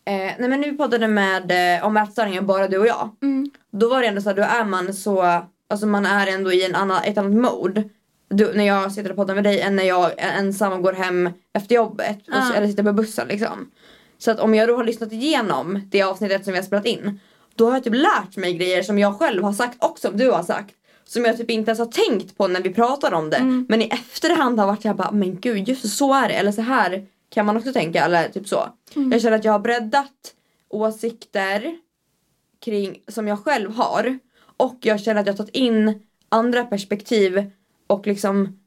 nej men nu poddade med eh, om ätstörningar bara du och jag. Mm. Då var det ändå så här, då är man så, alltså man är ändå i en annan, ett annat mode. Du, när jag sitter och poddar med dig än när jag är ensam och går hem efter jobbet. Och så, Ja. eller sitter på bussen liksom. Så att om jag då har lyssnat igenom det avsnittet som vi har spelat in. Då har jag typ lärt mig grejer som jag själv har sagt och som du har sagt. Som jag typ inte ens har tänkt på när vi pratar om det. Mm. Men i efterhand har jag varit såhär bara, men gud just det, så är det. Eller så här kan man också tänka. Eller typ så. Jag känner att jag har breddat åsikter kring, som jag själv har. Och jag känner att jag har tagit in andra perspektiv och liksom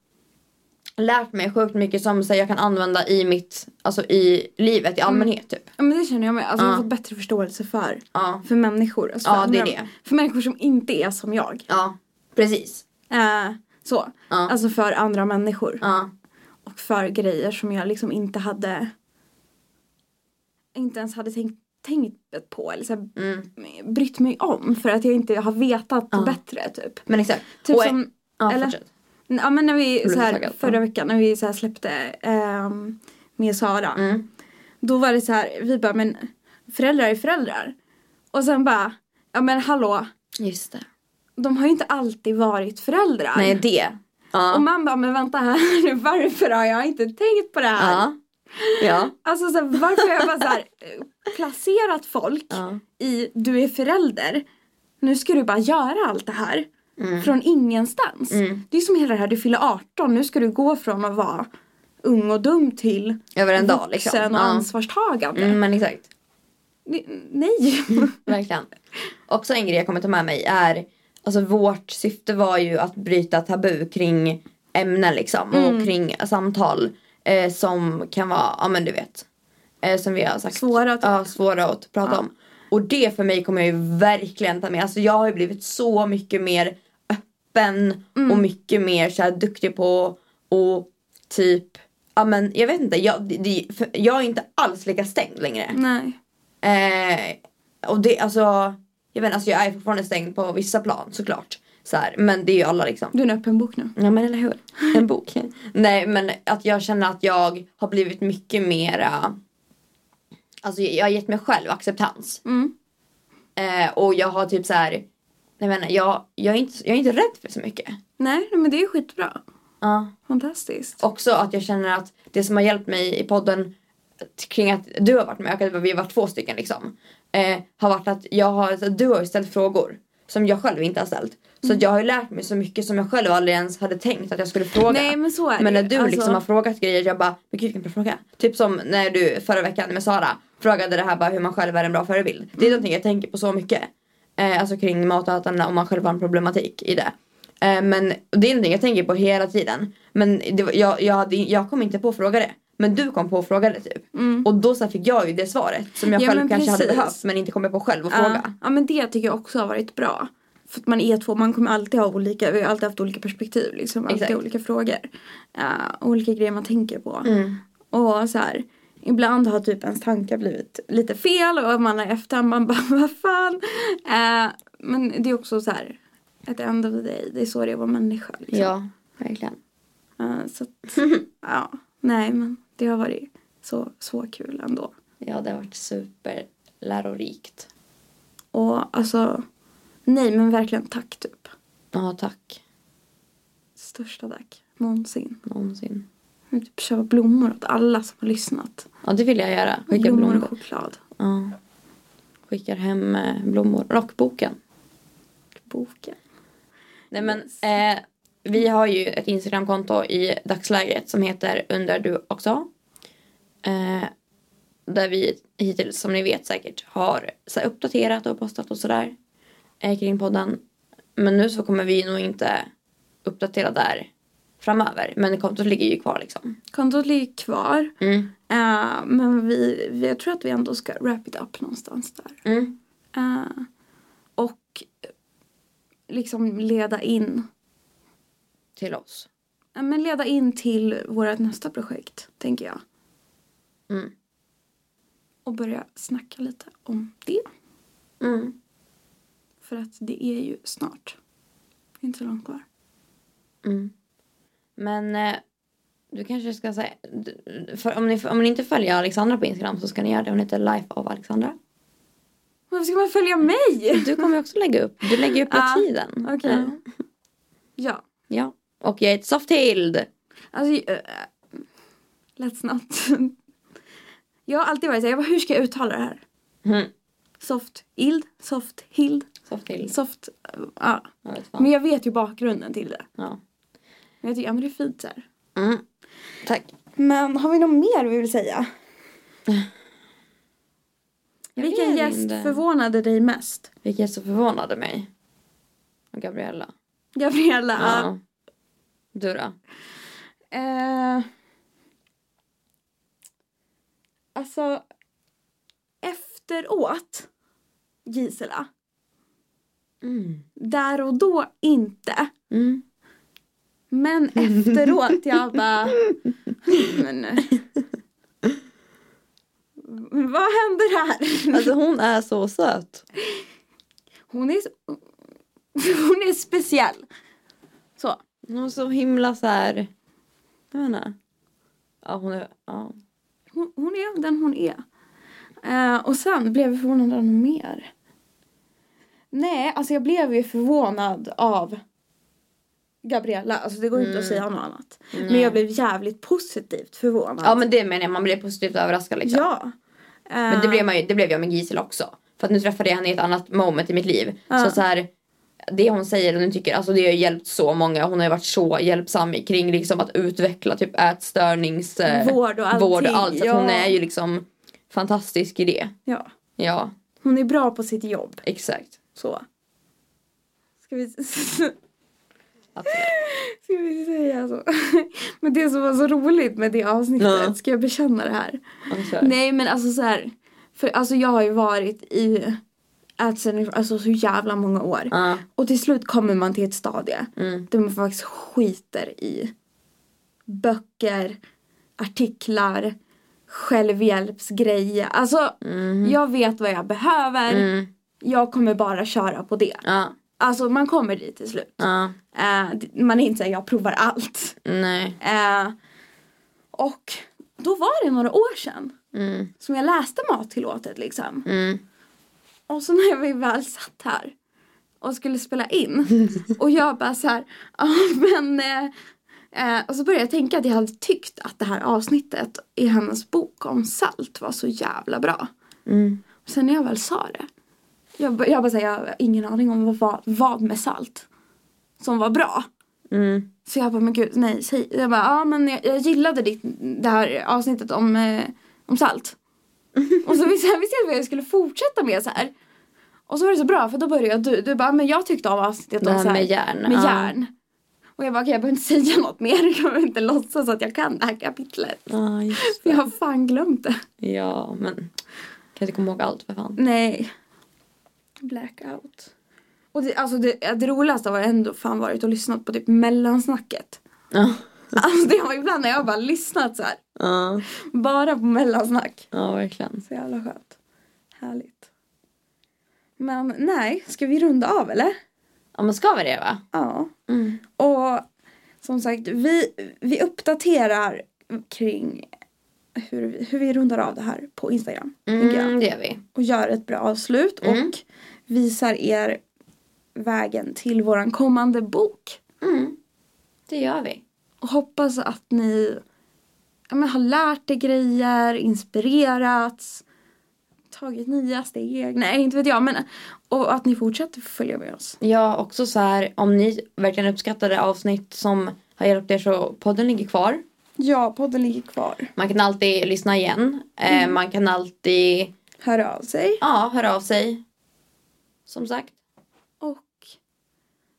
lärt mig sjukt mycket som så här, jag kan använda i mitt, alltså i livet i allmänhet typ. Ja men det känner jag med. Alltså jag har Ja. fått bättre förståelse för, Ja. för människor. Alltså, Ja, för det är andra- det. För människor som inte är som jag. Ja. Precis. Eh, så. Ja. Alltså för andra människor. Ja. Och för grejer som jag liksom inte hade inte ens hade tänkt, tänkt på eller så här, Mm. brytt mig om för att jag inte har vetat Ja. bättre typ. Men exakt. Typ Och- som, ja, eller- fortsätt. ja men när vi Blev så du här, taggad? förra Ja. veckan när vi så här släppte ehm, med Sara. Mm. Då var det så här, vi bara men föräldrar är föräldrar. Och sen bara, ja men hallå, Just det. de har ju inte alltid varit föräldrar. Nej det. Ja. Och man bara, men vänta här nu, varför har jag inte tänkt på det här? ja. Ja. Alltså så här, varför har jag bara så här, eh, placerat folk Ja. i du är förälder. Nu ska du bara göra allt det här. Mm. Från ingenstans. Mm. Det är som hela det här, du fyller 18. Nu ska du gå från att vara ung och dum till Över en dag vuxen liksom. och Ja. ansvarstagande. Mm, men exakt. Det- Nej. Verkligen. Också en grej jag kommer ta med mig är Alltså vårt syfte var ju att bryta tabu kring ämnen liksom Mm. och kring samtal eh, som kan vara, ja men du vet. Eh, som vi har sagt. Svåra att- ja, svåra att prata om. Och det för mig kommer jag ju verkligen ta med. Alltså jag har ju blivit så mycket mer öppen och mycket mer så här, duktig på och typ, ja men jag vet inte. Jag, det- det, för, jag är inte alls lika stängd längre. Nej. Eh, och det, alltså, jag vet inte, alltså jag är fortfarande stängd på vissa plan såklart. Så här, men det är ju alla liksom. Du är en öppen bok nu. Ja men eller hur? En bok. Nej men att jag känner att jag har blivit mycket mera... Alltså jag har gett mig själv acceptans. Mm. Eh, och jag har typ så här... Jag menar, jag, jag, är inte, jag är inte rädd för så mycket. Nej, nej, men det är skitbra. Ja. Fantastiskt. Också att jag känner att det som har hjälpt mig i podden t- kring att du har varit med och att vi har varit två stycken liksom. Eh, har varit att jag har, att du har ju ställt frågor som jag själv inte har ställt. Så att jag har ju lärt mig så mycket som jag själv aldrig ens hade tänkt att jag skulle fråga. Nej, men så är det Men när ju. du Alltså- liksom har frågat grejer jag bara, men gud vilken bra fråga. Typ som när du förra veckan med Sara frågade det här bara hur man själv är en bra förebild. Det är någonting jag tänker på så mycket. Eh, alltså kring matätande om man själv har en problematik i det. Eh, men och det är någonting jag tänker på hela tiden. Men det var, jag, jag, hade, jag kom inte på att fråga det. Men du kom på att fråga det typ. Och då så här fick jag ju det svaret som jag Ja, själv men kanske hade precis. behövt men inte kommit på själv att Ja. fråga. ja, men det tycker jag också har varit bra. För att man är två, man kommer alltid ha olika, vi har alltid haft olika perspektiv liksom. Alltid Exakt. olika frågor. Eh, olika grejer man tänker på. Mm. Och så här, ibland har typ ens tankar blivit lite fel och man är efter man bara vad fan. Eh, men det är också så här, at the end of the day, det är så det är att vara människa. Liksom. Ja, verkligen. Eh, så att, ja, nej men det har varit så, så kul ändå. Ja, det har varit superlärorikt. Och alltså, nej men verkligen tack typ. Ja, tack. Största tack någonsin. Någonsin. Jag vill typ köpa blommor åt alla som har lyssnat. Ja, det vill jag göra. Skicka blommor blommor. och choklad. Ja. Skickar hem eh, blommor. Rockboken. Boken. Nej men eh, vi har ju ett Instagramkonto i dagsläget som heter undrar du också. Eh, där vi hittills som ni vet säkert har så här, uppdaterat och postat och sådär eh, kring podden. Men nu så kommer vi nog inte uppdatera där framöver. Men kontot ligger ju kvar liksom. Kontot ligger kvar. Mm. Eh, men vi, vi, jag tror att vi ändå ska wrap it up någonstans där. Mm. Eh, och liksom leda in. Till oss. Ja, men leda in till vårt nästa projekt, tänker jag. Mm. Och börja snacka lite om det. Mm. För att det är ju snart. Det är inte så långt kvar. Mm. Men eh, du kanske ska säga, du- för om, ni, om ni inte följer Alexandra på Instagram så ska ni göra det. Hon heter Life of Alexandra. Varför ska man följa mig? Du kommer också lägga upp, du lägger upp hela Ja, tiden. Okej. Ja. Ja. Ja. Och jag är ett soft-tailed. Alltså, eh, let's not. jag har alltid varit såhär, jag bara, hur ska jag uttala det här? Mm. Soft ild, soft hild, Soft-tailed. soft... eh, Ja. Jag vet fan. Men jag vet ju bakgrunden till det. Ja. Men jag tycker, ja men det är fint såhär. Mm. Tack. Men har vi något mer vi vill säga? Jag Vilken vet gäst inte. förvånade dig mest? Vilken gäst som förvånade mig? Och Gabriella. Gabriella? Ja. Du då? Eh, alltså, efteråt, Gisela, Mm. där och då inte. Mm. Men efteråt, jag bara... Men, eh, vad händer här? Alltså hon är så söt. Hon är, så- hon är speciell. Så. Hon är så himla så här. Jag menar. Ja hon är. Ja. Hon, hon är den hon är. Eh, och sen blev jag förvånad av något mer. Nej, alltså jag blev ju förvånad av Gabriella. Alltså det går ju inte att Mm. säga något annat. Men Nej. jag blev jävligt positivt förvånad. ja men det menar jag. Man blir positivt överraskad liksom. Ja. Men det Eh, blev, man ju, det blev jag med Gisela också. För att nu träffade jag henne i ett annat moment i mitt liv. Ja. Så, så här, det hon säger och nu tycker, alltså det har ju hjälpt så många. Hon har ju varit så hjälpsam kring liksom att utveckla typ ätstörnings... eh, Vård och allting. vård och allt. Så Ja. att hon är ju liksom fantastisk i det. ja. Ja, Hon är bra på sitt jobb. exakt. Så. Ska vi, Att, ska vi säga så? Men det som var så roligt med det avsnittet, Ja. ska jag bekänna det här? att, så här, Nej men alltså så här, för alltså jag har ju varit i ätstörning för alltså så jävla många år. ja, Och till slut kommer man till ett stadie mm, där man faktiskt skiter i böcker, artiklar, självhjälpsgrejer. Alltså mm, jag vet vad jag behöver, mm, jag kommer bara köra på det. ja, Alltså man kommer dit till slut. ja, Eh, d- man är inte såhär, jag provar allt. nej, Eh, och då var det några år sedan mm, som jag läste mattillåtet liksom. mm, Och så när vi väl satt här och skulle spela in och jag bara så här, ja men eh, eh, och så började jag tänka att jag hade tyckt att det här avsnittet i hennes bok om salt var så jävla bra. mm, Och sen när jag väl sa det, jag, ba- jag bara säger jag har ingen aning om vad, vad med salt som var bra. mm, Så jag bara, men gud, nej, säg. Jag bara, ja men jag, jag gillade ditt, det här avsnittet om, eh, om salt. och så visste jag visste jag inte vad jag skulle fortsätta med så här. Och så var det så bra för då började du, du bara, men jag tyckte om avsnittet Det om här så här, med järn, Med ja. järn. Och jag bara, okej jag behöver inte säga något mer, jag behöver inte låtsas att jag kan det här kapitlet. ja, just För jag det. har fan glömt det. Ja, men kan inte komma ihåg allt för fan. Nej. Blackout. Och det, alltså det, det roligaste har ändå fan varit att lyssna på typ mellansnacket. Ja. Alltså det var ibland när jag bara lyssnat så här. Ja, Bara på mellansnack. ja verkligen. Så jävla skönt. Härligt. Men nej, ska vi runda av eller? Ja men ska vi det va? Ja. Mm. Och som sagt, vi, vi uppdaterar kring hur vi, hur vi rundar av det här på Instagram. tänker jag. Mm, det gör vi. Och gör ett bra avslut Mm. och visar er vägen till våran kommande bok. Mm. Det gör vi. Och hoppas att ni ja, men, har lärt er grejer, inspirerats, tagit nya steg. Nej, inte vet jag. Men, och att ni fortsätter följa med oss. Ja också så här om ni verkligen uppskattade avsnitt som har hjälpt er så podden ligger kvar. Ja, podden ligger kvar. Man kan alltid lyssna igen. Eh, Mm. Man kan alltid Hör av sig. ja, höra av sig. Som sagt. Och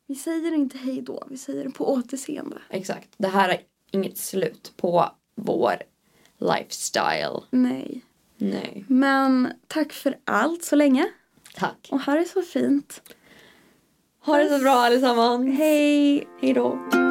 vi säger inte hej då, vi säger på återseende. Exakt. Det här är inget slut på vår lifestyle. Nej. Nej. Men tack för allt så länge. Tack. Och ha det så fint. Ha det så bra allesammans. Hej! Hej då.